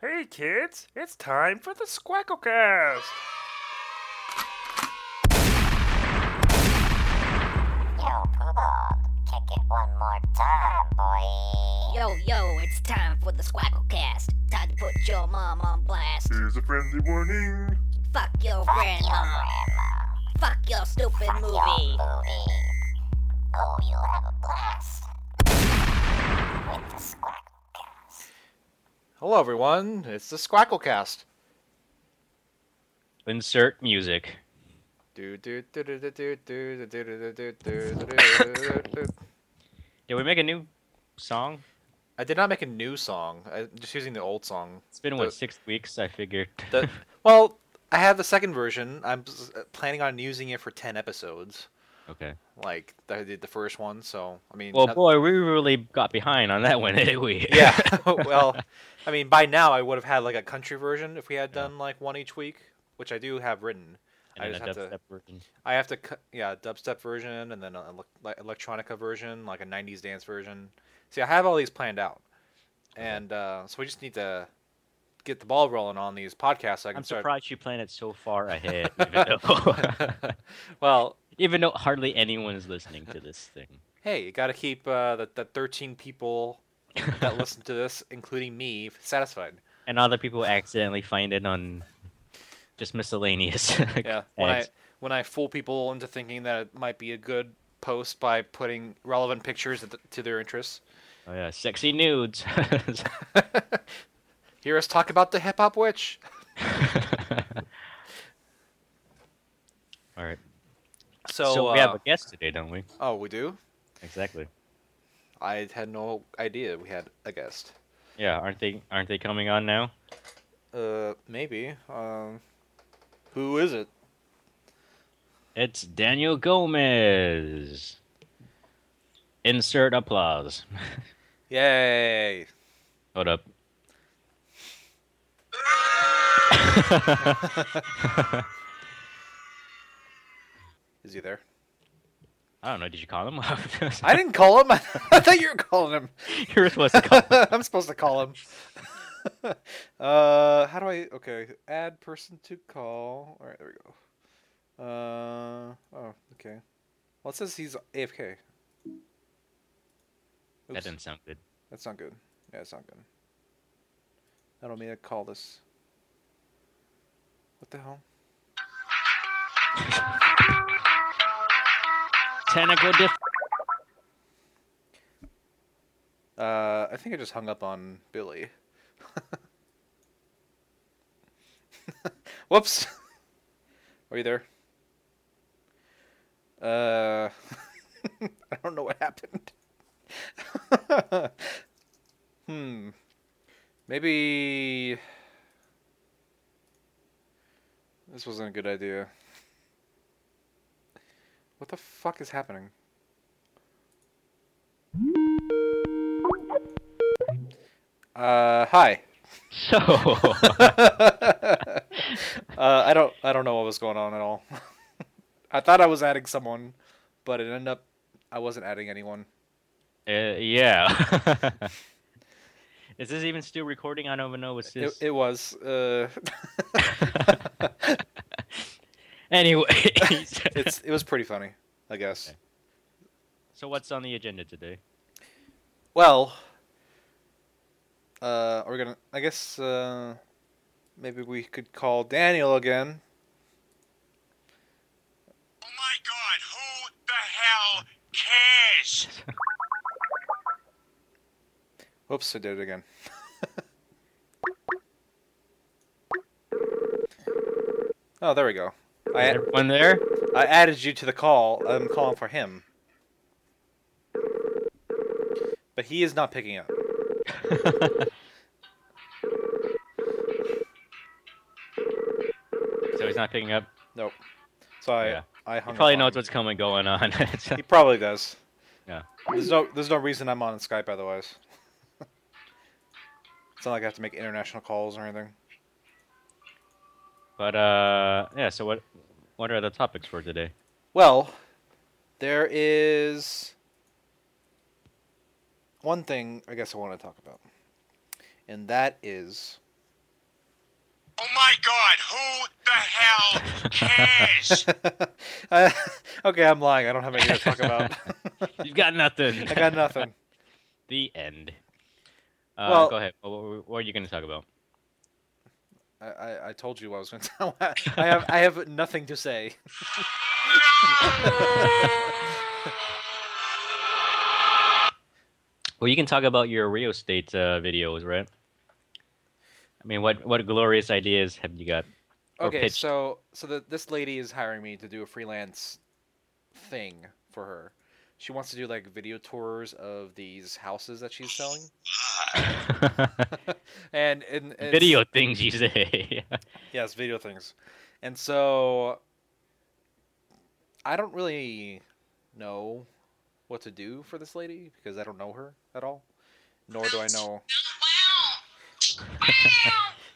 Hey kids, it's time for the Squacklecast. Yo, Poobah, kick it one more time, boy. Yo, yo, it's time for the Squacklecast. Time to put your mom on blast. Here's a friendly warning. Fuck your grandma. Fuck your stupid movie. Movie. Oh, you'll have a blast. With the squack. Hello, everyone. It's the Squacklecast. Insert music. Do, do, do, do, do, do, do, do, do, do, do, do, do, do, do, do. Did we make a new song? I did not make a new song. I'm just using the old song. It's been The- what six weeks. I figured. The, well, I have the second version. I'm s- uh, planning on using it for ten episodes, okay. like I did the first one. So I mean, Well, not- boy, we really got behind on that one, didn't we? yeah. well, I mean, by now I would have had like a country version if we had done like one each week, which I do have written. I And then just a have to- dubstep version. I have to, cu- yeah, dubstep version and then an elec- electronica version, like a '90s dance version. See, I have all these planned out, and uh, so we just need to get the ball rolling on these podcasts. So I can I'm start. surprised you planned it so far ahead, even though, Well, even though hardly anyone is listening to this thing. hey, you got to keep uh, the the 13 people that listen to this, including me, satisfied. And other people accidentally find it on just miscellaneous. Yeah, when I tags. when I fool people into thinking that it might be a good post by putting relevant pictures at the, to their interests. Oh yeah, sexy nudes. Hear us talk about the hip hop witch. All right. So, we have uh, a guest today, don't we? oh, we do. Exactly. I had no idea we had a guest. Yeah, aren't they aren't they coming on now? Uh, maybe. Um, who is it? It's Daniel Gomez. Insert applause. Yay! Hold up. Is he there? I don't know. Did you call him? I didn't call him. I thought you were calling him. you were supposed to call. I'm supposed to call him. uh, how do I? Okay, add person to call. All right, there we go. Uh, oh, okay. Well, it says he's AFK. That Oops, didn't sound good. that's not good. Yeah, that's not good. I don't mean to call this. What the hell? Tentacle diff. Uh, I think I just hung up on Billy. Whoops. Are you there? Uh, I don't know what happened. hmm. Maybe this wasn't a good idea. What the fuck is happening? Uh, hi. So uh, I don't I don't know what was going on at all. I thought I was adding someone, but it ended up I wasn't adding anyone. uh, yeah. Is this even still recording? I don't even know what's It, this. it was uh, anyway, it's it was pretty funny, I guess. Okay. so what's on the agenda today? Well, uh, we're gonna I guess uh, maybe we could call Daniel again. Oh my god, who the hell cares? Oops, I did it again. oh, there we go. I Is everyone there? I added you to the call. I'm calling for him. But he is not picking up. So he's not picking up. Nope. So I Yeah. I He hung probably up knows on him. what's coming going on. He probably does. Yeah. There's no there's no reason I'm on Skype otherwise. it's not like I have to make international calls or anything. but uh, yeah. So what? What are the topics for today? Well, there is one thing I guess I want to talk about, and that is Oh my god, who the hell cares? I, okay, I'm lying. I don't have anything to talk about. You've got nothing. I got nothing. the end. Uh, Well- go ahead. What, what- what are you going to talk about? I, I, I told you I was going to tell. I have I have nothing to say. Well, you can talk about your Rio State uh, videos, right? I mean, what what glorious ideas have you got? Or Okay, pitched. so so the, this lady is hiring me to do a freelance thing for her. She wants to do like video tours of these houses that she's selling, and, and it's- Video things you say. Yes, video things. And so I don't really know what to do for this lady because I don't know her at all. Nor do I know.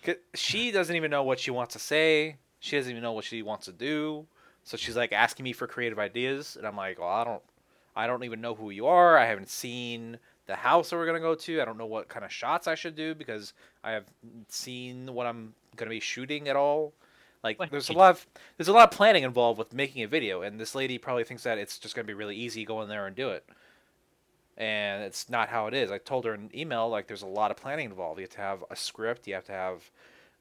C- she doesn't even know what she wants to say. She doesn't even know what she wants to do. So she's like asking me for creative ideas and I'm like, "Well, I don't I don't even know who you are. I haven't seen the house that we're going to go to. I don't know what kind of shots I should do because I have seen what I'm going to be shooting at all. Like What there's a did- lot of there's a lot of planning involved with making a video and this lady probably thinks that it's just going to be really easy go in there and do it. And it's not how it is. I told her in an email like there's a lot of planning involved. You have to have a script, you have to have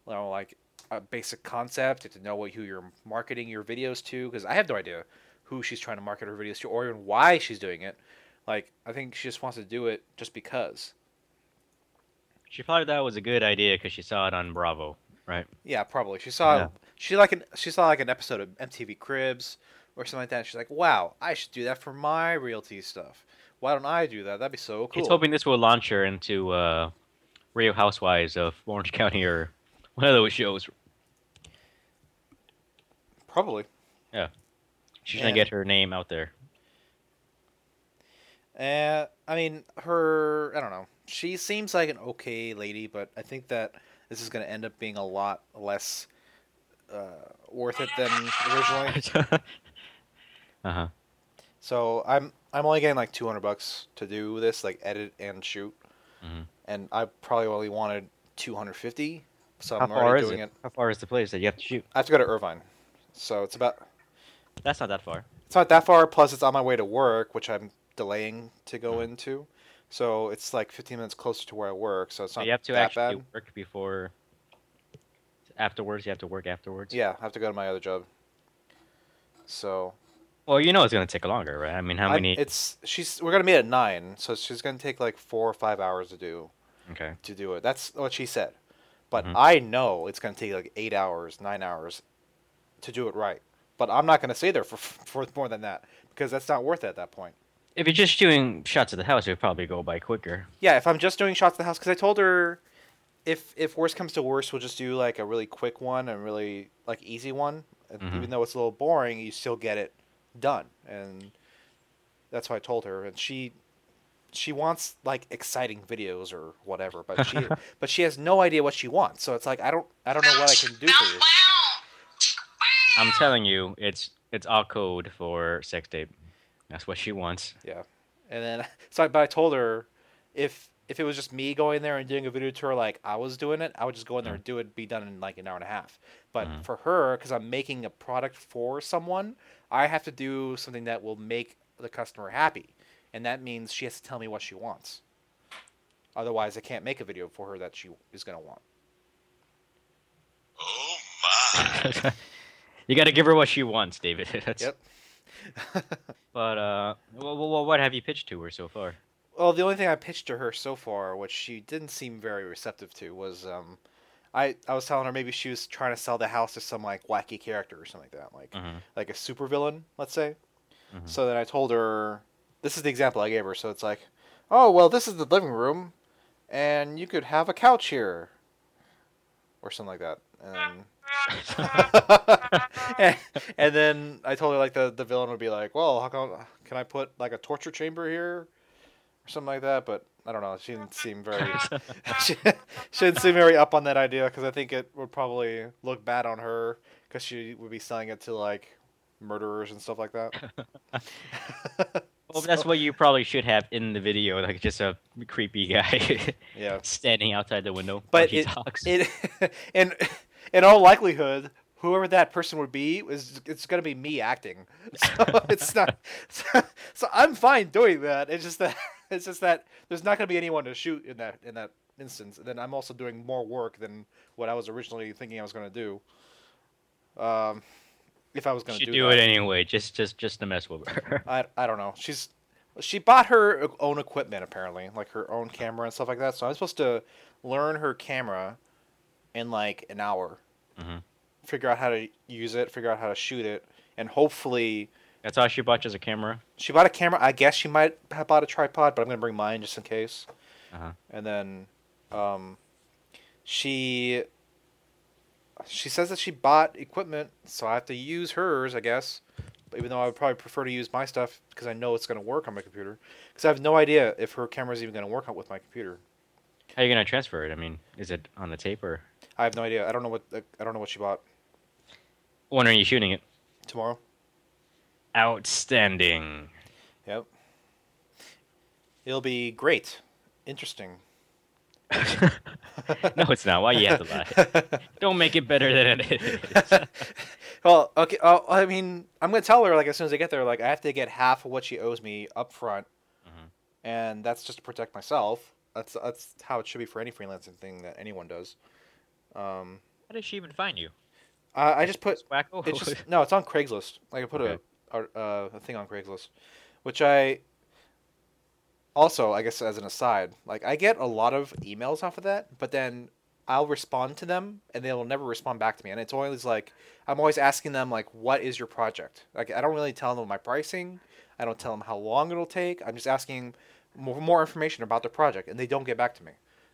you know, like a basic concept, you have to know what who you're marketing your videos to because I have no idea who she's trying to market her videos to or even why she's doing it. Like I think she just wants to do it just because. she probably thought it was a good idea because she saw it on Bravo, right? Yeah, probably. She saw Yeah. she like an she saw like an episode of MTV Cribs or something like that. she's like, "Wow, I should do that for my realty stuff. Why don't I do that? That'd be so cool." He's hoping this will launch her into uh, Rio Housewives of Orange County or one of those shows. probably. She's gonna Yeah. get her name out there. Uh, I mean, her. I don't know. She seems like an okay lady, but I think that this is going to end up being a lot less uh, worth it than originally. uh huh. So I'm I'm only getting like 200 bucks to do this, like edit and shoot, Mhm. and I probably only wanted 250. So How I'm far already is doing it? it? How far is the place that you have to shoot? I have to go to Irvine, so it's about That's not that far. it's not that far. Plus, it's on my way to work, which I'm delaying to go Mm-hmm. into. So it's like 15 minutes closer to where I work. So it's So not you have to that actually bad. work before. Afterwards, you have to work afterwards. Yeah, I have to go to my other job. So Well, you know it's gonna take longer, right? I mean, how I- many? It's she's we're gonna meet at nine, so she's gonna take like four or five hours to do okay. to do it. That's what she said. But Mhm. I know it's gonna take like eight hours, nine hours, to do it right. But I'm not gonna stay there for for more than that because that's not worth it at that point. If you're just doing shots of the house, it would probably go by quicker. Yeah, if I'm just doing shots of the house, because I told her, if if worse comes to worse, we'll just do like a really quick one and really like easy one. And Mhm. Even though it's a little boring, you still get it done, and that's what I told her. And she she wants like exciting videos or whatever, but she but she has no idea what she wants. So it's like I don't I don't know what I can do for you. I'm telling you, it's it's all code for sex tape. That's what she wants. Yeah, and then so I, but I told her if if it was just me going there and doing a video tour like I was doing it, I would just go in there and do it, be done in like an hour and a half. But Mhm. for her, because I'm making a product for someone, I have to do something that will make the customer happy, and that means she has to tell me what she wants. Otherwise, I can't make a video for her that she is gonna want. Oh my. you got to give her what she wants, David. That's, Yep. But uh, well, well, what have you pitched to her so far? Well, the only thing I pitched to her so far, which she didn't seem very receptive to, was um, I I was telling her maybe she was trying to sell the house to some like wacky character or something like that, like Mhm. like a supervillain, let's say. Mhm. So then I told her this is the example I gave her. So it's like, oh well, this is the living room, and you could have a couch here, or something like that. And and, and then I told her like the, the villain would be like, well, how come can I put like a torture chamber here or something like that? But I don't know. She didn't seem very she, she didn't seem very up on that idea because I think it would probably look bad on her because she would be selling it to like murderers and stuff like that. Well, that's what you probably should have in the video, like just a creepy guy Yeah. standing outside the window. But while she it- talks. It and in all likelihood, whoever that person would be is it's gonna be me acting. So it's not. So, so I'm fine doing that. It's just that it's just that there's not gonna be anyone to shoot in that in that instance. And then I'm also doing more work than what I was originally thinking I was gonna do. Um, if I was gonna Should do, do that. it anyway, just just just to mess with her. I, I don't know. She's she bought her own equipment apparently, like her own camera and stuff like that. So I'm supposed to learn her camera in like an hour, Mhm. figure out how to use it, figure out how to shoot it, and hopefully That's all she bought as a camera. she bought a camera. I guess she might have bought a tripod, but I'm gonna bring mine just in case. Uh-huh. And then, um, she she says that she bought equipment, so I have to use hers, I guess. Even though I would probably prefer to use my stuff because I know it's gonna work on my computer. Because I have no idea if her camera's even gonna work on with my computer. How are you gonna transfer it? I mean, is it on the tape or I have no idea. I don't know what uh, I don't know what she bought when are you shooting it? tomorrow. Outstanding. Yep. It'll be great, interesting. No, it's not. Why you have to lie? Don't make it better than it is. Well, okay. Oh, I mean, I'm gonna tell her like as soon as I get there, like I have to get half of what she owes me up front, and that's just to protect myself. That's that's how it should be for any freelancing thing that anyone does. Um, How did she even find you? Uh, I, I just put Wacko? it's just no, it's on Craigslist. Like I put Oh, Okay. a a, uh, a thing on Craigslist, which I also I guess as an aside, like I get a lot of emails off of that, but then I'll respond to them and they'll never respond back to me, and it's always like I'm always asking them like, what is your project? Like I don't really tell them my pricing. I don't tell them how long it'll take. I'm just asking more, more information about their project, and they don't get back to me.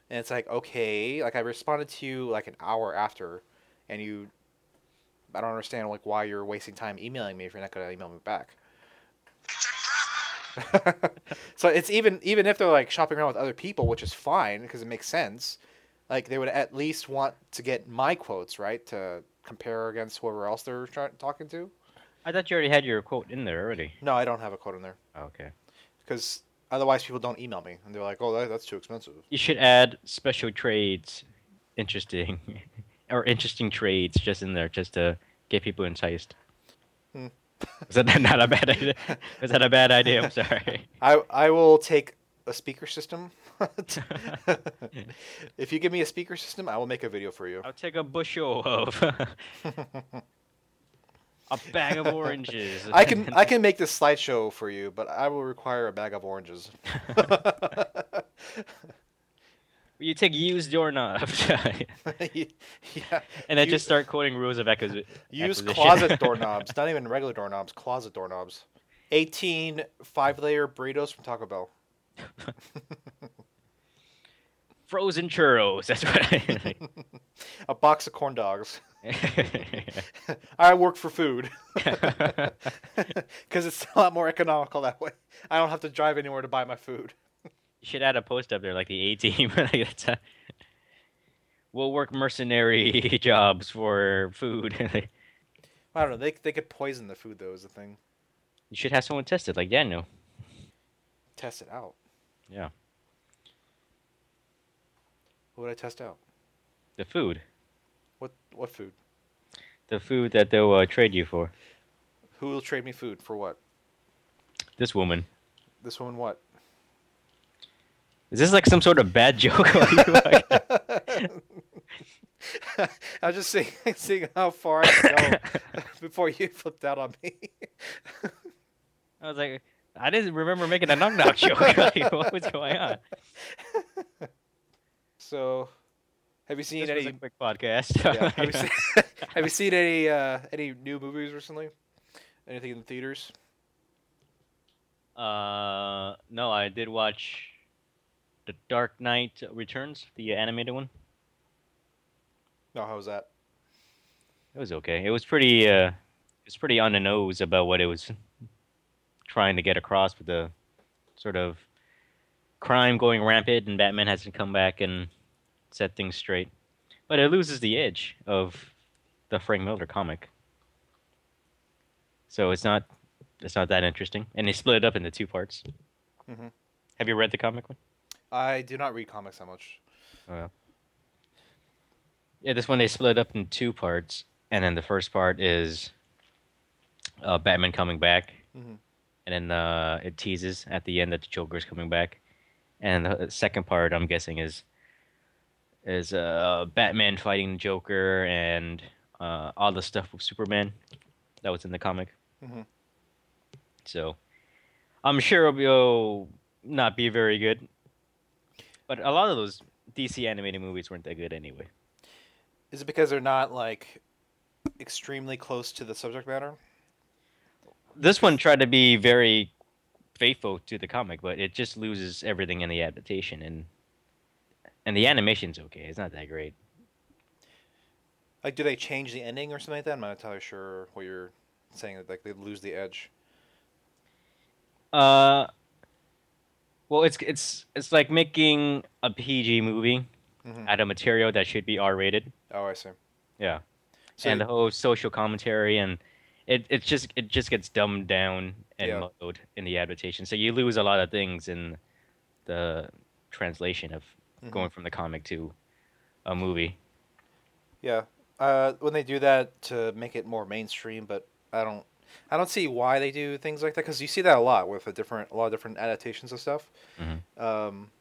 And it's like, okay, like I responded to you like an hour after, and you I don't understand like why you're wasting time emailing me if you're not gonna email me back. so it's even even if they're like shopping around with other people, which is fine because it makes sense. Like they would at least want to get my quotes right to compare against whoever else they're try- talking to. I thought you already had your quote in there already. No, I don't have a quote in there Oh, okay. because otherwise people don't email me and they're like, oh, that, that's too expensive. You should add special trades, interesting, or interesting trades just in there, just to get people enticed. Hmm. Is that not a bad idea? Is that a bad idea? I'm sorry. I I will take a speaker system. if you give me a speaker system, I will make a video for you. I'll take a bushel of a bag of oranges. I can I can make this slideshow for you, but I will require a bag of oranges. You take used doorknobs, yeah. and You- then just start quoting rules of acquisition. use acquisition. closet doorknobs, not even regular doorknobs, closet doorknobs. 18 five-layer burritos from Taco Bell. Frozen churros. That's what I. A box of corn dogs. I work for food. Cuz it's a lot more economical that way. I don't have to drive anywhere to buy my food. You should add a post up there like the A team. like that's a- we'll work mercenary jobs for food. I don't know. They they could poison the food though is the thing. you should have someone test it, like Daniel. Test it out. Yeah. What would I test out? The food, What what food? the food that they'll uh, trade you for. Who will trade me food for what? This woman. This woman what? Is this like some sort of bad joke? Like, I was just seeing, seeing how far I could go before you flipped out on me. I was like, I didn't remember making a knock knock joke. Like, what was going on? So, have you seen This was any? a quick podcast. yeah, have, you seen, have you seen any uh, any new movies recently? Anything in the theaters? Uh, no, I did watch The Dark Knight Returns, the animated one. No, how was that? It was okay. It was pretty. Uh, it was pretty on the nose about what it was trying to get across with the sort of crime going rampant, and Batman has to come back and set things straight. But it loses the edge of the Frank Miller comic, so it's not. It's not that interesting, and they split it up into two parts. Mhm. Have you read the comic one? I do not read comics that much. Oh, yeah. Yeah, this one they split up in two parts, and then the first part is uh, Batman coming back, Mhm. and then uh, it teases at the end that the Joker's coming back, and the second part I'm guessing is is uh, Batman fighting the Joker and uh, all the stuff with Superman that was in the comic. Mhm. So I'm sure it'll, be, it'll not be very good, but a lot of those DC animated movies weren't that good anyway. Is it because they're not like extremely close to the subject matter? this one tried to be very faithful to the comic, but it just loses everything in the adaptation and and the animation's okay. It's not that great. Like, do they change the ending or something like that? I'm not entirely sure what you're saying. That like they lose the edge. Uh, well, it's it's it's like making a PG movie Mhm. out of material that should be R-rated. Oh, I see. Yeah, So, and the whole social commentary and it it's just it just gets dumbed down and Yeah. mowed in the adaptation. So you lose a lot of things in the translation of Mhm. going from the comic to a movie. yeah, uh, when they do that to make it more mainstream, but I don't, I don't see why they do things like that because you see that a lot with a different, a lot of different adaptations of stuff. Mhm. Um,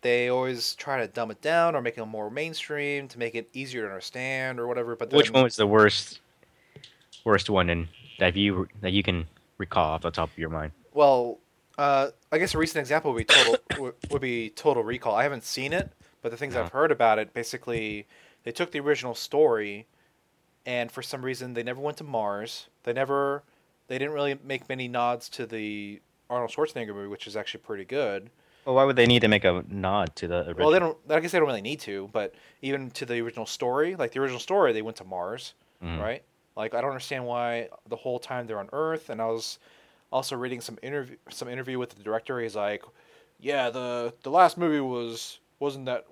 they always try to dumb it down or make it more mainstream to make it easier to understand or whatever. But Which then- one was the worst, worst one in, that you that you can recall off the top of your mind? Well, uh, I guess a recent example would be total would- would be Total Recall. I haven't seen it, but the things I've heard about it, basically, they took the original story, and for some reason, they never went to Mars. They never, they didn't really make many nods to the Arnold Schwarzenegger movie, which is actually pretty good. Well, why would they need to make a nod to the original? Well, they don't. I guess they don't really need to, but even to the original story, like the original story, they went to Mars, Mhm. right? Like I don't understand why the whole time they're on Earth. And I was also reading some interview, some interview with the director. He's like, "Yeah, the the last movie was wasn't that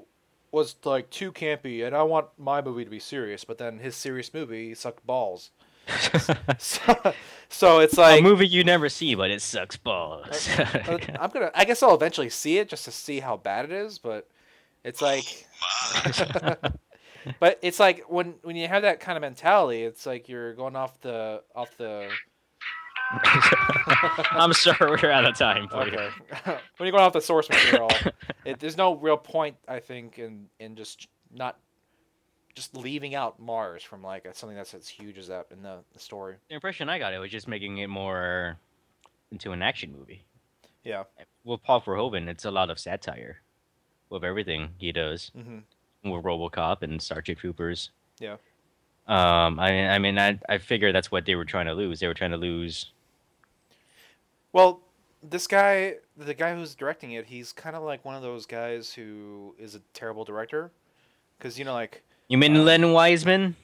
was like too campy, and I want my movie to be serious." But then his serious movie sucked balls. so, so it's a like movie you never see, but it sucks balls. uh, I'm gonna. I guess I'll eventually see it just to see how bad it is, but it's like. but it's like when when you have that kind of mentality, it's like you're going off the off the. I'm sorry, we're out of time. For Okay. when you're going off the source material, it, there's no real point, I think, in in just not. Just leaving out Mars from like something that's as huge as that in the, the story. The impression I got it was just making it more into an action movie. Yeah. With Paul Verhoeven, it's a lot of satire with everything he does. Mhm. With RoboCop and Starship Troopers. Yeah. Um, I mean, I mean, I I figure that's what they were trying to lose. They were trying to lose. Well, this guy, the guy who's directing it, he's kind of like one of those guys who is a terrible director, because you know, like, You mean Len Wiseman?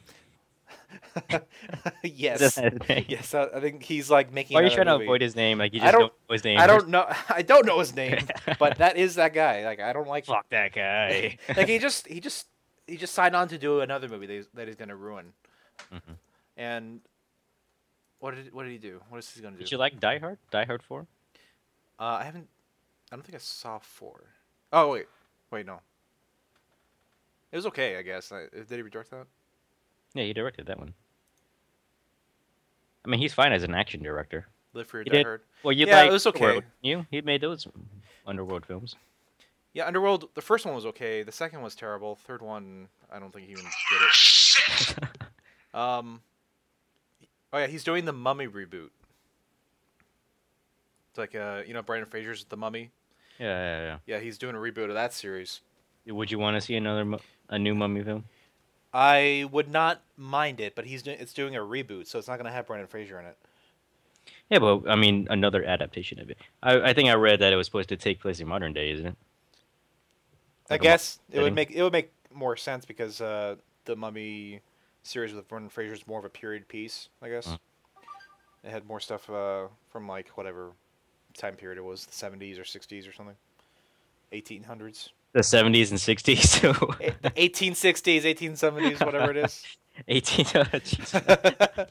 yes, yes, I, I think he's like making. Why are you another trying to movie. avoid his name? Like you I just don't, don't- know his name. I don't know. I don't know his name, but that is that guy. Like, I don't like. fuck that guy. like he just, he just, he just signed on to do another movie that he's, that he's gonna ruin. Mhm. And what did what did he do? What is he gonna do? Did you like Die Hard? Die Hard Four? Uh, I haven't. I don't think I saw four. Oh wait, wait no. It was okay, I guess. I, did he redirect that? Yeah, he directed that one. I mean, he's fine as an action director. Live for your He Die did. Hard. Well, you Yeah, it like was okay. Underworld, You he made those underworld films. Yeah, Underworld. The first one was okay. The second was terrible. Third one, I don't think he even did it. Shit! Um. Oh yeah, he's doing the Mummy reboot. It's like uh, you know, Brandon Fraser's The Mummy. Yeah, yeah, Yeah, he's doing a reboot of that series. yeah. Would you want to see another mu- a new Mummy film? I would not mind it, but he's doing it's doing a reboot, so it's not gonna have Brandon Fraser in it. Yeah, but I mean, another adaptation of it. I, I think I read that it was supposed to take place in modern day, isn't it? I Like a mo- guess it would setting. make it would make more sense because uh, the Mummy series with Brendan Fraser is more of a period piece. I guess Mm. it had more stuff uh, from like whatever time period it was, the seventies or sixties or something, eighteen hundreds, The seventies and sixties, so eighteen sixties, eighteen seventies, whatever it is. eighteen. oh, jeez.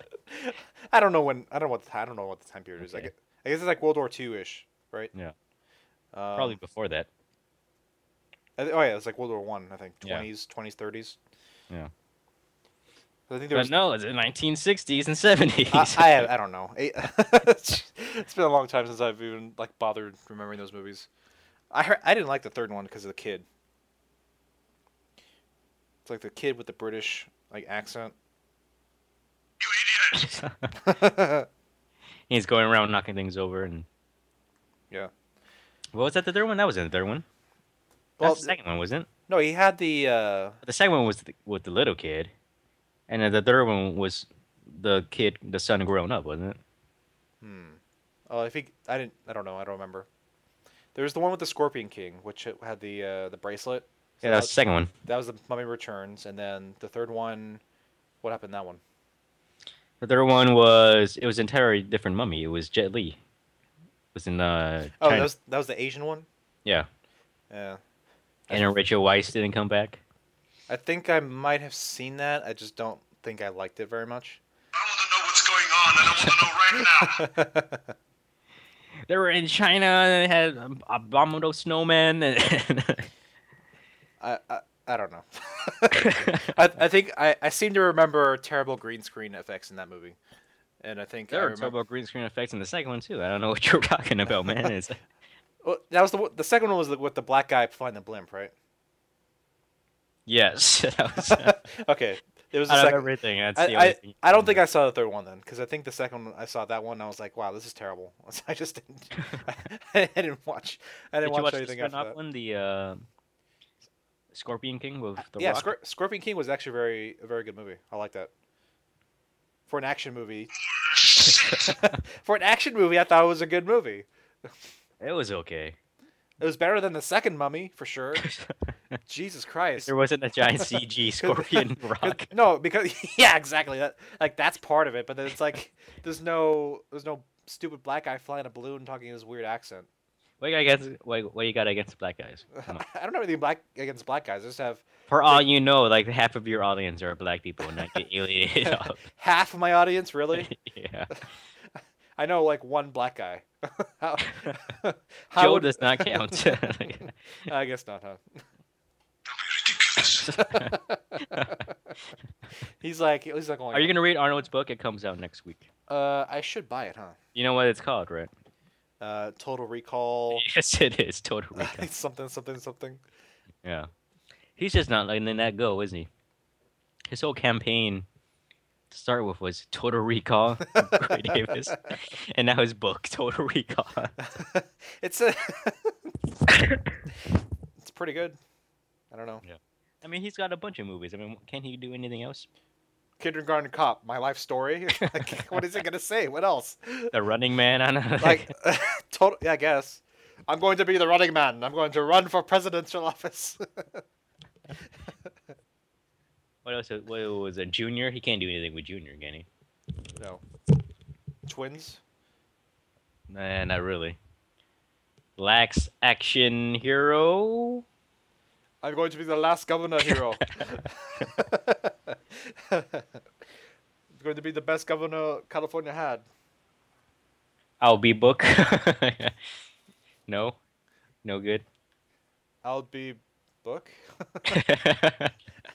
I don't know when. I don't know what. The, I don't know what the time period is. I Okay. guess, I guess it's like World War Two ish, right? Yeah. Um, Probably before that. I thi- Oh yeah, it's like World War One, I think. Yeah. Twenties, twenties, thirties. Yeah. I think there But was. no, it's the 1960s and 70s. I, I, have- I don't know. I- it's been a long time since I've even like bothered remembering those movies. I heard, I didn't like the third one because of the kid. It's like the kid with the British like accent. You idiot! He's going around knocking things over and. Yeah. What was that? The third one? That was in the third one. Well, Well, the second one wasn't. it? no, he had the uh, The second one was the, with the little kid, and then the third one was the kid, the son growing up, wasn't it? Oh, I think I didn't. I don't know. I don't remember. There was the one with the Scorpion King, which it had the uh, the bracelet. So Yeah, that was the second one. that was the Mummy Returns, and then the third one. What happened to that one? The third one was it was an entirely different mummy. It was Jet Li. It was in uh, Oh, China. that was that was the Asian one. yeah. Yeah, And Rachel Weisz didn't come back. I think I might have seen that. I just don't think I liked it very much. I want to know what's going on, and I want to know right now. They were in China and they had um, abominable snowmen. And I I, I don't know. I I think I, I seem to remember terrible green screen effects in that movie, and I think I there were remember- turbo green screen effects in the second one too. I don't know what you're talking about, man. It's, Well, that was the one- the second one was the, with the black guy flying the blimp, right? yes, that was, uh, okay, it was the out of second. everything. That's I, the only I, thing I don't think I saw the third one then, because I think the second one I saw that one and I was like, wow, this is terrible. So I just didn't. I, didn't watch. I Did didn't watch you watch the anything spin after off that. one? The uh, Scorpion King with the Uh, yeah, Rock? Scor- Scorpion King was actually very a very good movie. I like that. For an action movie, for an action movie, I thought it was a good movie. it was okay. It was better than the second Mummy for sure. Jesus Christ! There wasn't a giant CG scorpion rock. 'Cause- No, because yeah, exactly. That like that's part of it, but then it's like there's no there's no stupid black guy flying a balloon talking in his weird accent. What you got against? What, what you got against black guys? Come on. I don't have anything black against black guys. I just have For all you know, like half of your audience are black people, and I get alienated. off. half of my audience really. yeah, I know like one black guy. how, how Joe would- does not count. I guess not, huh? Don't be ridiculous. He's like he's like going. Are you gonna read Arnold's book? It comes out next week. Uh, I should buy it, huh? You know what it's called, right? Uh, Total Recall. Yes, it is. Total Recall. something, something, something. Yeah, he's just not letting that go, is he? His whole campaign to start with was Total Recall, Gray Davis, and now his book, Total Recall. It's a. it's pretty good. I don't know. I mean, he's got a bunch of movies. I mean, can he do anything else? Kindergarten Cop, my life story. like, what is it gonna say? What else? The Running Man. I don't know. Like, total. Yeah, I guess. I'm going to be the running man. I'm going to run for presidential office. What else? What was it? Junior? He can't do anything with Junior, can he? no. Twins. Nah, not really. Lax action hero. I'm going to be the last governor hero. I'm going to be the best governor California had. I'll be book. no, no good. I'll be book.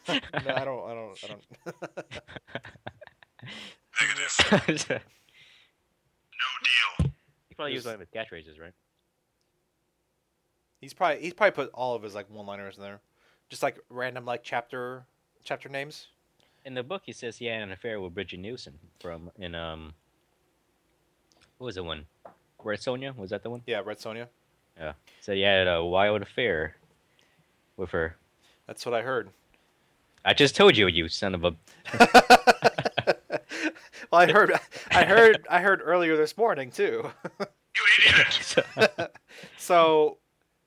No, I don't. I don't. I don't. Negative. he No deal. probably used There's- one of his catchphrases, right? He's probably he's probably put all of his like one-liners in there, just like random like chapter chapter names. In the book, he says he had an affair with Bridget Nielsen from in um. What was the one? Red Sonia was that the one? Yeah, Red Sonja. Yeah. So he had a wild affair with her. That's what I heard. I just told you, you son of a. Well, I heard, I heard, I heard earlier this morning too. You idiot. So,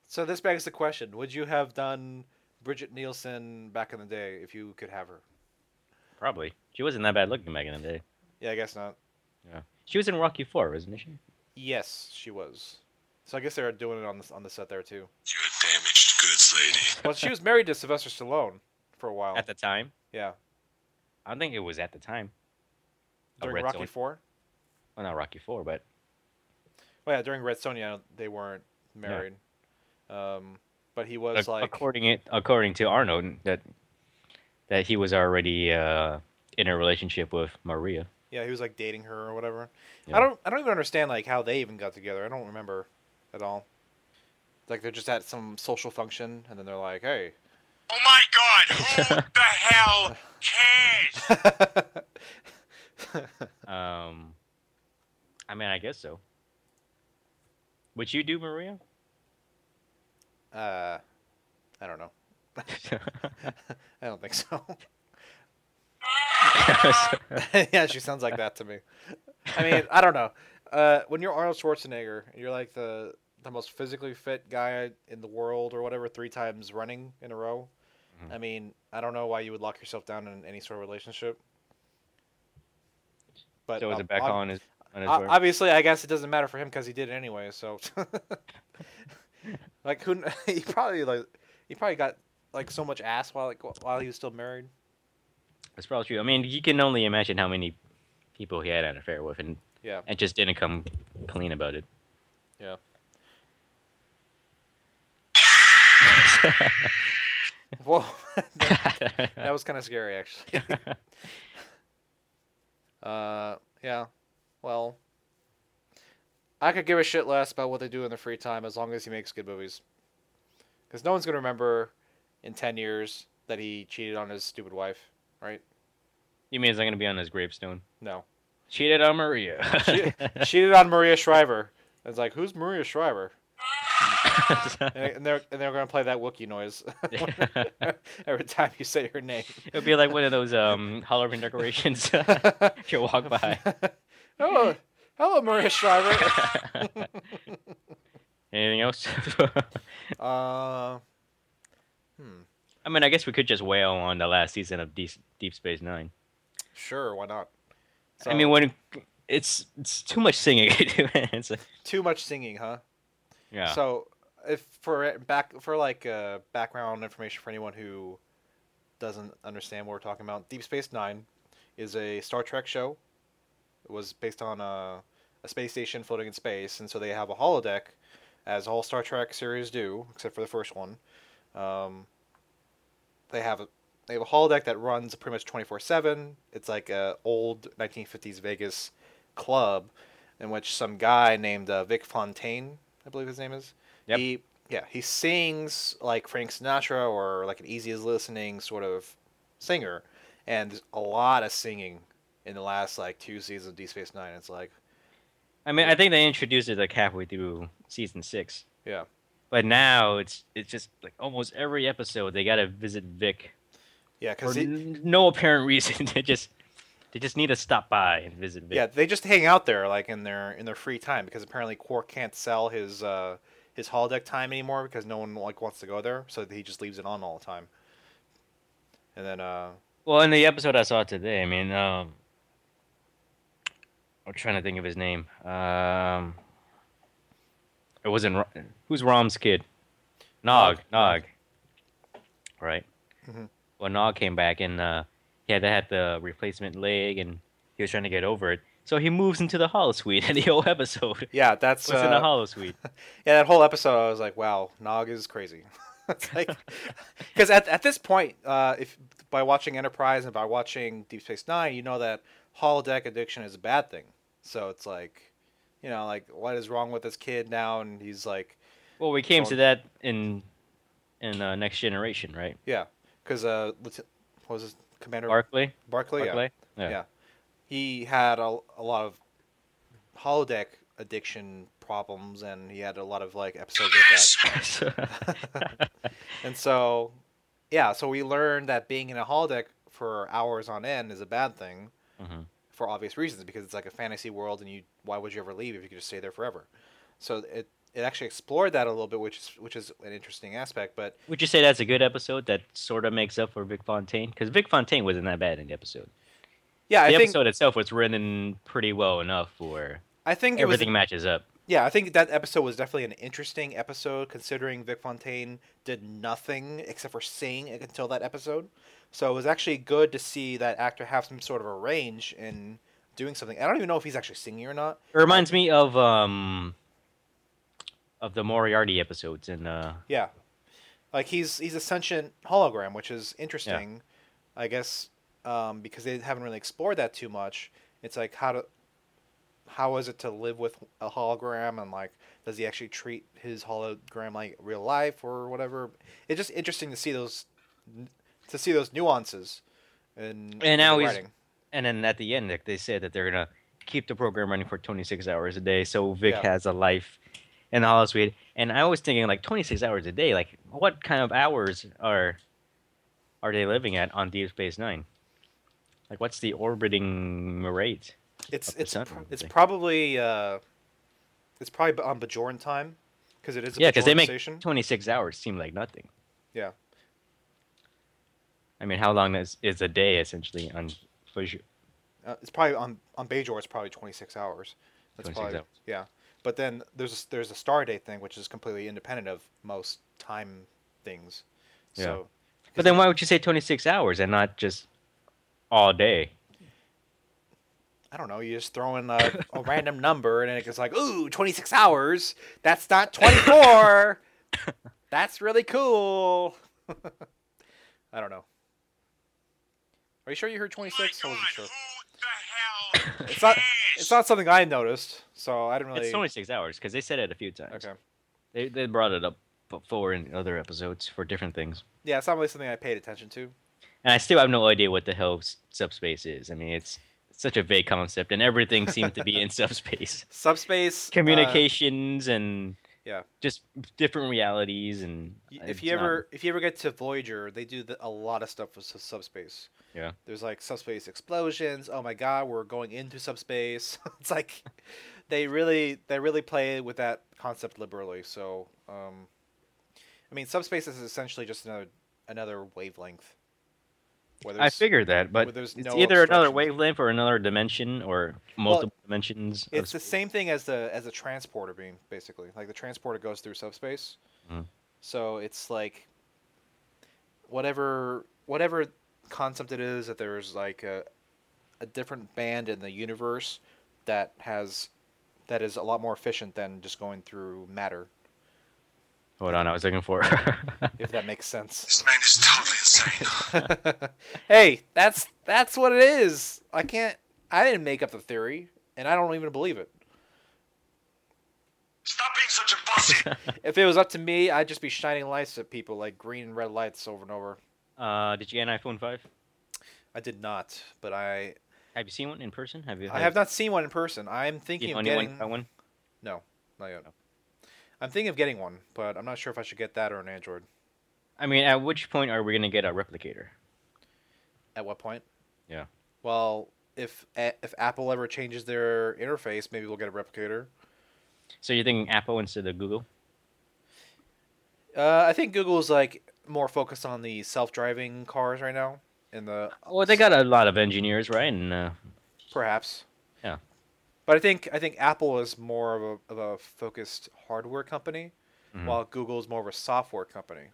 so this begs the question: Would you have done Bridget Nielsen back in the day if you could have her? Probably. She wasn't that bad looking back in the day. Yeah, I guess not. Yeah. She was in Rocky Four, wasn't she? Yes, she was. So I guess they were doing it on the on the set there too. You're a damaged goods lady. Well, she was married to Sylvester Stallone for a while. At the time. yeah, I don't think it was at the time. Oh, during Red Rocky Sonja. Four. Well, not Rocky Four, but Well, yeah, during Red Sonja they weren't married. Um, but he was ac- like according it according to Arnold that that he was already uh, in a relationship with Maria. Yeah, he was like dating her or whatever. Yeah. I don't I don't even understand like how they even got together. I don't remember at all. Like they're just at some social function and then they're like, "Hey." Oh my god, who the hell cares? Um, I mean, I guess so. Would you do Maria? uh, I don't know. I don't think so. yeah, she sounds like that to me. I mean, I don't know. Uh, when you're Arnold Schwarzenegger, you're like the the most physically fit guy in the world or whatever, three times running in a row. Mm-hmm. I mean, I don't know why you would lock yourself down in any sort of relationship. But so is ob- it back ob- on his on his o- word? obviously, I guess it doesn't matter for him because he did it anyway. So, like, who kn- he probably like he probably got like so much ass while like while he was still married. That's probably true. I mean, you can only imagine how many people he had an affair with, and Yeah. and just didn't come clean about it. Yeah. Whoa, that, that was kind of scary, actually. uh, yeah. Well, I could give a shit less about what they do in their free time as long as he makes good movies. Because no one's gonna remember in ten years that he cheated on his stupid wife, right? you mean it's not gonna be on his gravestone? No, Cheated on Maria. Che- cheated on Maria Shriver. It's like, who's Maria Shriver? And and they're and they're gonna play that Wookiee noise every time you say her name. It'll be like one of those um Halloween decorations you'll walk by. Hello, Oh, hello, Maria Shriver. Anything else? Uh, I mean, I guess we could just wail on the last season of Deep, Deep Space Nine. sure, why not? I mean, when it's it's too much singing. it's like, too much singing, huh? yeah. So, if for back for like uh, background information for anyone who doesn't understand what we're talking about, Deep Space Nine is a Star Trek show. It was based on a, a space station floating in space, and so they have a holodeck, as all Star Trek series do, except for the first one. Um, they have a they have a holodeck that runs pretty much twenty four seven. It's like a old nineteen fifties Vegas club, in which some guy named uh, Vic Fontaine, I believe his name is. Yep. He yeah he sings like Frank Sinatra or like an easy as listening sort of singer, and there's a lot of singing in the last like two seasons of D Space Nine. It's like I mean, I think they introduced it like halfway through season six, yeah but now it's it's just like almost every episode they gotta visit Vic yeah for because he, n- no apparent reason. they just they just need to stop by and visit Vic. Yeah, they just hang out there like in their in their free time because apparently Quark can't sell his uh his holodeck time anymore because no one like wants to go there, so he just leaves it on all the time. And then uh Well, in the episode I saw today, I mean, um, I'm trying to think of his name. Um, it wasn't Ra- who's Rom's kid, Nog. Nog. Right. Mhm. Well, Nog came back and uh, he had to had the replacement leg, and he was trying to get over it. So he moves into the hollow suite in the whole episode. yeah, that's What's in the uh, hollow suite? Yeah, that whole episode, I was like, "Wow, Nog is crazy." it's like, because at, at this point, uh, if by watching Enterprise and by watching Deep Space Nine, you know that holodeck addiction is a bad thing. So it's like, you know, like what is wrong with this kid now? And he's like, Well, we came to that in in uh, Next Generation, right? yeah, because uh, Lieuten- what was his commander Barclay. Barclay? Oh, yeah. Barclay. Yeah. He had a, a lot of holodeck addiction problems, and he had a lot of like episodes with that. And so, yeah, so we learned that being in a holodeck for hours on end is a bad thing Mhm. for obvious reasons because it's like a fantasy world, and you why would you ever leave if you could just stay there forever? So it it actually explored that a little bit, which is which is an interesting aspect. But Would you say that's a good episode that sort of makes up for Vic Fontaine? Because Vic Fontaine wasn't that bad in the episode. yeah, I the think episode itself was written pretty well enough for I think it was everything matches up. Yeah, I think that episode was definitely an interesting episode considering Vic Fontaine did nothing except for sing until that episode. So it was actually good to see that actor have some sort of a range in doing something. I don't even know if he's actually singing or not. It reminds me of um of the Moriarty episodes in uh Yeah. Like he's he's a sentient hologram, which is interesting. I guess um, because they haven't really explored that too much. It's like how to how is it to live with a hologram and like does he actually treat his hologram like real life or whatever? It's just interesting to see those to see those nuances. In, in the now he's- writing. And then at the end, like they said that they're gonna keep the program running for 26 hours a day, so Vic Yeah. has a life in the holosuite. And I was thinking, like 26 hours a day, like what kind of hours are are they living at on Deep Space Nine? Like, what's the orbiting rate? It's up the it's sun, pr- I would it's think. probably uh, it's probably b- on Bajoran time because it is a Yeah, because they Bajoran make station. 26 hours seem like nothing. Yeah. I mean, how long is is a day essentially on Baj- Uh, it's probably on on Bajor. It's probably twenty six hours. That's 26 probably hours. yeah. But then there's a, s- there's a star date thing which is completely independent of most time things. Yeah. So But then why would you say 26 hours and not just all day? I don't know. You just throw in a, a random number and it gets like ooh twenty six hours. That's not twenty four. That's really cool. I don't know. Are you sure you heard twenty six? I My wasn't God, sure. who the hell It's not. cares? It's not something I noticed, so I didn't really. It's 26 hours because they said it a few times. Okay. They they brought it up before in other episodes for different things, Yeah, it's not really something I paid attention to. and I still have no idea what the hell s- subspace is. I mean, it's such a vague concept, and everything seems to be in subspace. Subspace uh, Communications and yeah. just different realities and Y- it's if you not- ever if you ever get to Voyager, they do the, a lot of stuff with su- subspace. Yeah. There's like subspace explosions. Oh my god, we're going into subspace. it's like they really they really play with that concept liberally. So, um, I mean, subspace is essentially just another another wavelength. Whether I it's- figured that, but where there's it's no either another obstructions. wavelength or another dimension or multiple dimensions. of It's the space. same thing as the as the transporter beam, basically. Like the transporter goes through subspace, Mhm. so it's like whatever whatever concept it is that there's like a a different band in the universe that has that is a lot more efficient than just going through matter, Hold on, I was looking for. if that makes sense. This man is totally insane. hey, that's that's what it is. I can't. I didn't make up the theory, and I don't even believe it. Stop being such a pussy. If it was up to me, I'd just be shining lights at people like green and red lights over and over. uh, did you get an iPhone five? I did not, but I Have you seen one in person? Have you? I have not seen one in person. I'm thinking You of know getting anyone got one? no, not yet. I'm thinking of getting one, but I'm not sure if I should get that or an Android. I mean, at which point are we gonna get a replicator? At what point? Yeah. Well, if A- if Apple ever changes their interface, maybe we'll get a replicator. So you're thinking Apple instead of Google? Uh, I think Google's like more focused on the self-driving cars right now, and the Well, they got a lot of engineers, right? And uh, perhaps. Yeah. But I think I think Apple is more of a, of a focused hardware company, Mhm. while Google is more of a software company.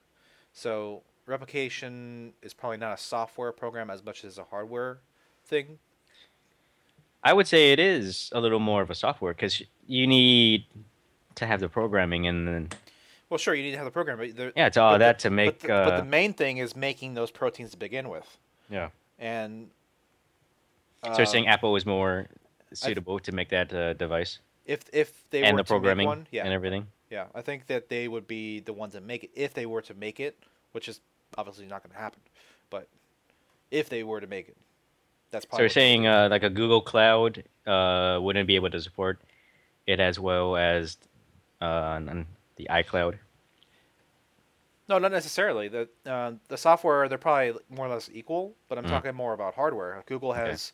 So replication is probably not a software program as much as a hardware thing. I would say it is a little more of a software because you need to have the programming and then Well, sure, you need to have the program, but the, yeah, it's all but the- that to make. but, the, but uh, the main thing is making those proteins to begin with, yeah. and So uh, you're saying Apple is more suitable to make that uh, device if if they and were to the make programming one, yeah, and everything? Yeah, I think that they would be the ones that make it if they were to make it, which is obviously not going to happen. But if they were to make it, that's So probably. you're saying uh, like a Google Cloud uh, wouldn't be able to support it as well as uh, on- on the iCloud? no, not necessarily. The uh, the software they're probably more or less equal, but I'm Mm. talking more about hardware. Google has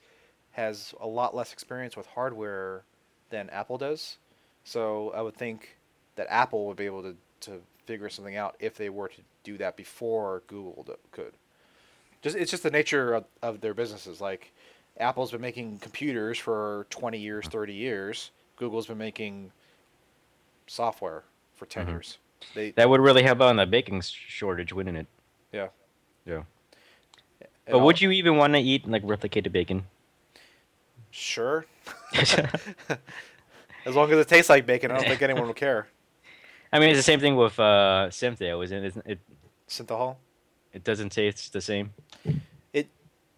has a lot less experience with hardware than Apple does, so I would think that Apple would be able to to figure something out if they were to do that before Google do- could. just it's just the nature of, of their businesses like apple's been making computers for 20 years 30 years google's been making software for 10 Mhm. years they That would really help out on the baking s- shortage, wouldn't it? Yeah. Yeah. and But all- would you even want to eat like replicated bacon? sure I as long as it tastes like bacon i don't think anyone will care mean, it's the same thing with uh, Synthia, isn't it? It, synthahol it doesn't taste the same.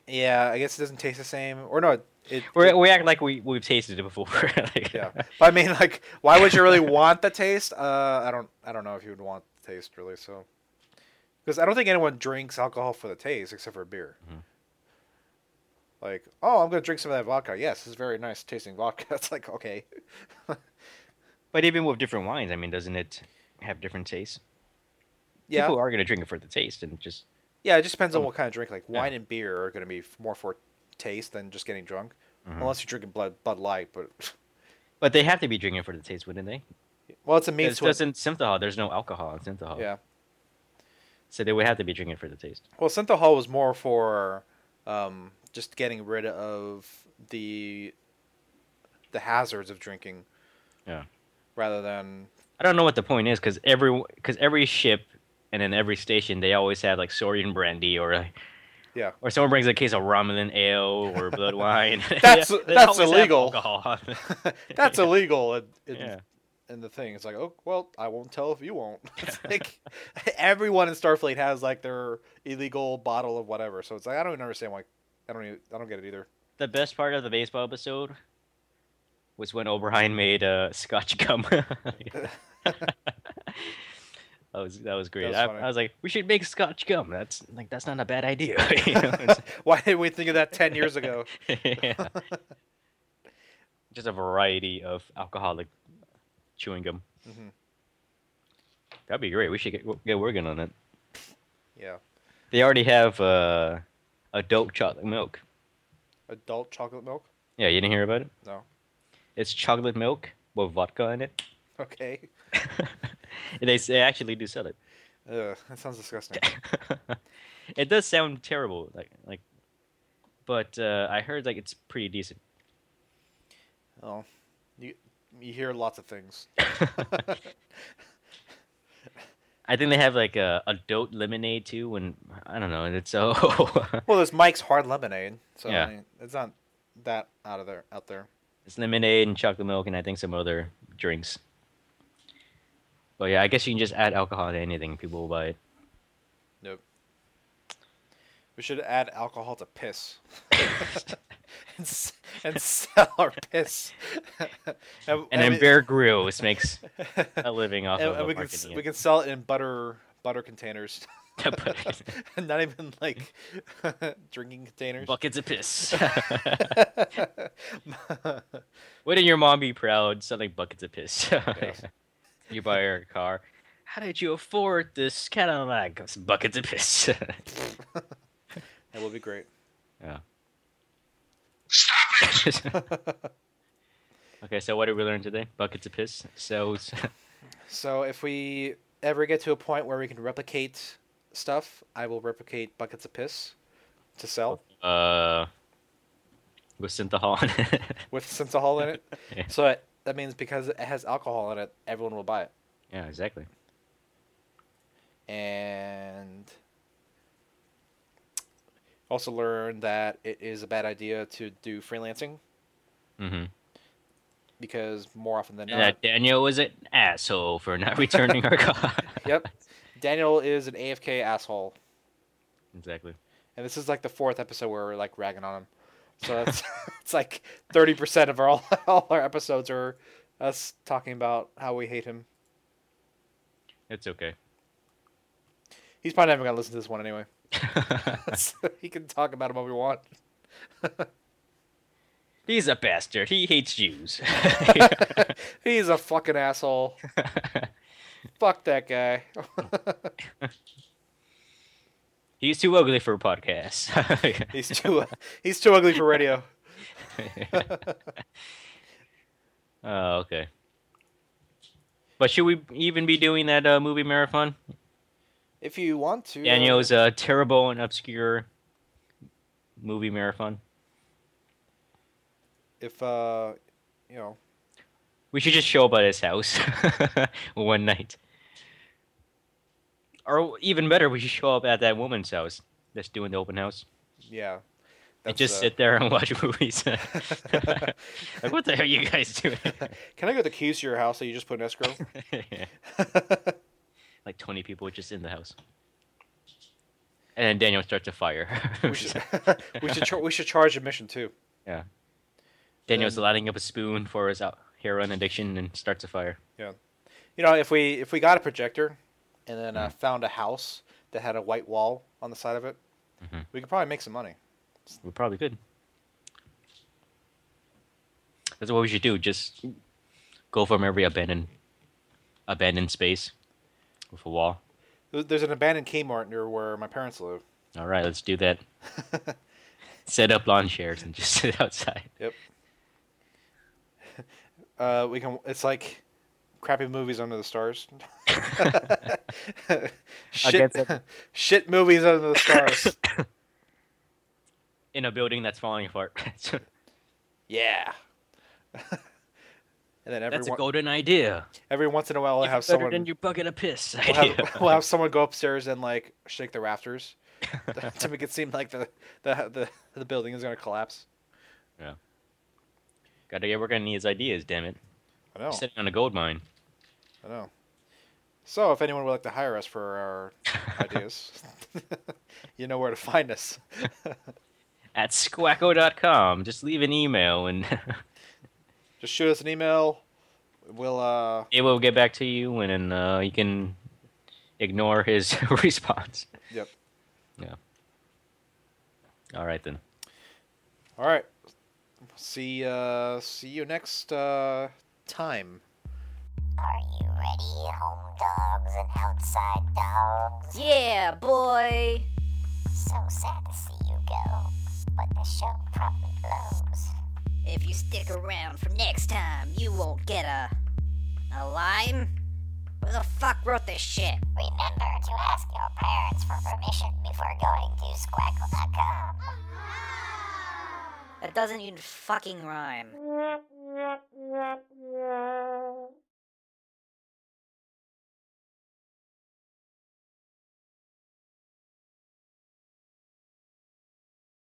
Yeah, I guess it doesn't taste the same. Or no, it. it We're, we act like we we've tasted it before. Like, yeah, but I mean, like, why would you really want the taste? Uh, I don't, I don't know if you would want the taste really. So, because I don't think anyone drinks alcohol for the taste except for beer. Mhm. Like, oh, I'm gonna drink some of that vodka. Yes, this is very nice tasting vodka. It's like okay, But even with different wines, I mean, doesn't it have different tastes? yeah, People are gonna drink it for the taste and just yeah. It just depends on Oh. what kind of drink. Like Yeah. wine and beer are gonna be f- more for taste than just getting drunk, Mhm. unless you're drinking Bud Bud Light. But But they have to be drinking it for the taste, wouldn't they? well, it's a means It to it. doesn't synthahol. There's no alcohol in synthahol. Yeah. So they would have to be drinking it for the taste. Well, Synthahol was more for um, just getting rid of the the hazards of drinking. Yeah. Rather than I don't know what the point is because every because every ship and in every station they always have like Saurian brandy or like, Yeah. or someone brings a case of Romulan ale or blood wine. That's- They that's always have illegal. alcohol. that's illegal in, in, yeah. in the thing. It's like, oh well, I won't tell if you won't. It's like everyone in Starfleet has like their illegal bottle of whatever. So it's like I don't even understand why. I don't. Even, I don't get it either. The best part of the baseball episode was when O'Brien made uh, Scotch gum. that was that was great. was I, funny. I was like, we should make Scotch gum. That's like that's not a bad idea. You know, it's- Why didn't we think of that ten years ago? yeah. Just a variety of alcoholic chewing gum. Mhm. That'd be great. We should get, get working on it. Yeah, They already have uh, adult chocolate milk. adult chocolate milk. Yeah, you didn't hear about it? No. It's chocolate milk with vodka in it. Okay. And they, s- they actually do sell it. Ugh, that sounds disgusting. it does sound terrible, like like, but uh, I heard like it's pretty decent. Oh, you you hear lots of things. I think they have like a adult lemonade too, and I don't know. It's so Well, there's Mike's Hard Lemonade, so Yeah. I mean, it's not that out of there out there. It's lemonade and chocolate milk and I think some other drinks. But yeah, I guess you can just add alcohol to anything. People will buy it. Nope. We should add alcohol to piss. and, s- and sell our piss. and And I then mean- Bear Grylls makes and, a living off and of we can s- marketing we can sell it in butter butter containers. it. Buckets- not even like drinking containers. buckets of piss. Wouldn't your mom be proud selling buckets of piss? you buy her a car. How did you afford this Cadillac? It's Buckets of piss. That would be great. Stop it! okay, so what did we learn today? Buckets of piss. So So if we ever get to a point where we can replicate stuff, I will replicate buckets of piss to sell uh, with synthahol. in it. with synthahol in it. Yeah. So it, that means because it has alcohol in it, everyone will buy it. yeah, exactly. And also learn that it is a bad idea to do freelancing Mm-hmm. because more often than not, That Daniel was an asshole for not returning our car. yep, Daniel is an AFK asshole. Exactly. And this is like the fourth episode where we're like ragging on him. So it's, it's like 30% of our, all, all our episodes are us talking about how we hate him. It's okay. He's probably never going to listen to this one anyway. so he can talk about him all we want. He's a bastard. He hates Jews. He's a fucking asshole. Fuck that guy. He's too ugly for a podcast. he's too uh, he's too ugly for radio. oh, okay. But should we even be doing that uh, movie marathon? If you want to. Daniel's uh, terrible and obscure movie marathon. If, uh, you know. We should just show up at his house one night. Or even better, we should show up at that woman's house that's doing the open house Yeah. and That's, just uh, sit there and watch movies. like, what the hell are you guys doing? Can I get the keys to your house that you just put in escrow? like 20 people just in the house. And then Daniel starts a fire. We should we should, char- we should charge admission too. Daniel's lighting up a spoon for his out- heroin addiction and starts a fire. You know, if we if we got a projector, and then uh, found a house that had a white wall on the side of it, Mhm. we could probably make some money. We probably could. That's what we should do. Just go from every abandoned abandoned space with a wall. There- There's an abandoned Kmart near where my parents live. All right, let's do that. Set up lawn chairs and just sit outside. Uh, we can. It's like crappy movies under the stars. shit, guess it- shit movies under the stars. In a building that's falling apart. So yeah. and then every that's a on- golden idea. every once in a while, I Even have better someone. than your bucket of piss. we'll idea. have, we'll have someone go upstairs and like shake the rafters to make it seem like the the the, the building is gonna collapse. Gotta get working on these ideas, damn it. I know. Sitting on a gold mine. I know. So if anyone would like to hire us for our ideas, you know where to find us. At squacko.com. Just leave an email and Just shoot us an email. We'll uh it will get back to you and then uh, you can ignore his response. Yep. Yeah. All right then. all right. See uh see you next uh time. Are you ready, home dogs and outside dogs? Yeah, boy. So sad to see you go, but the show probably blows. If you stick around for next time, you won't get a. a lime? Who the fuck wrote this shit? Remember to ask your parents for permission before going to squackle.com. That doesn't even fucking rhyme.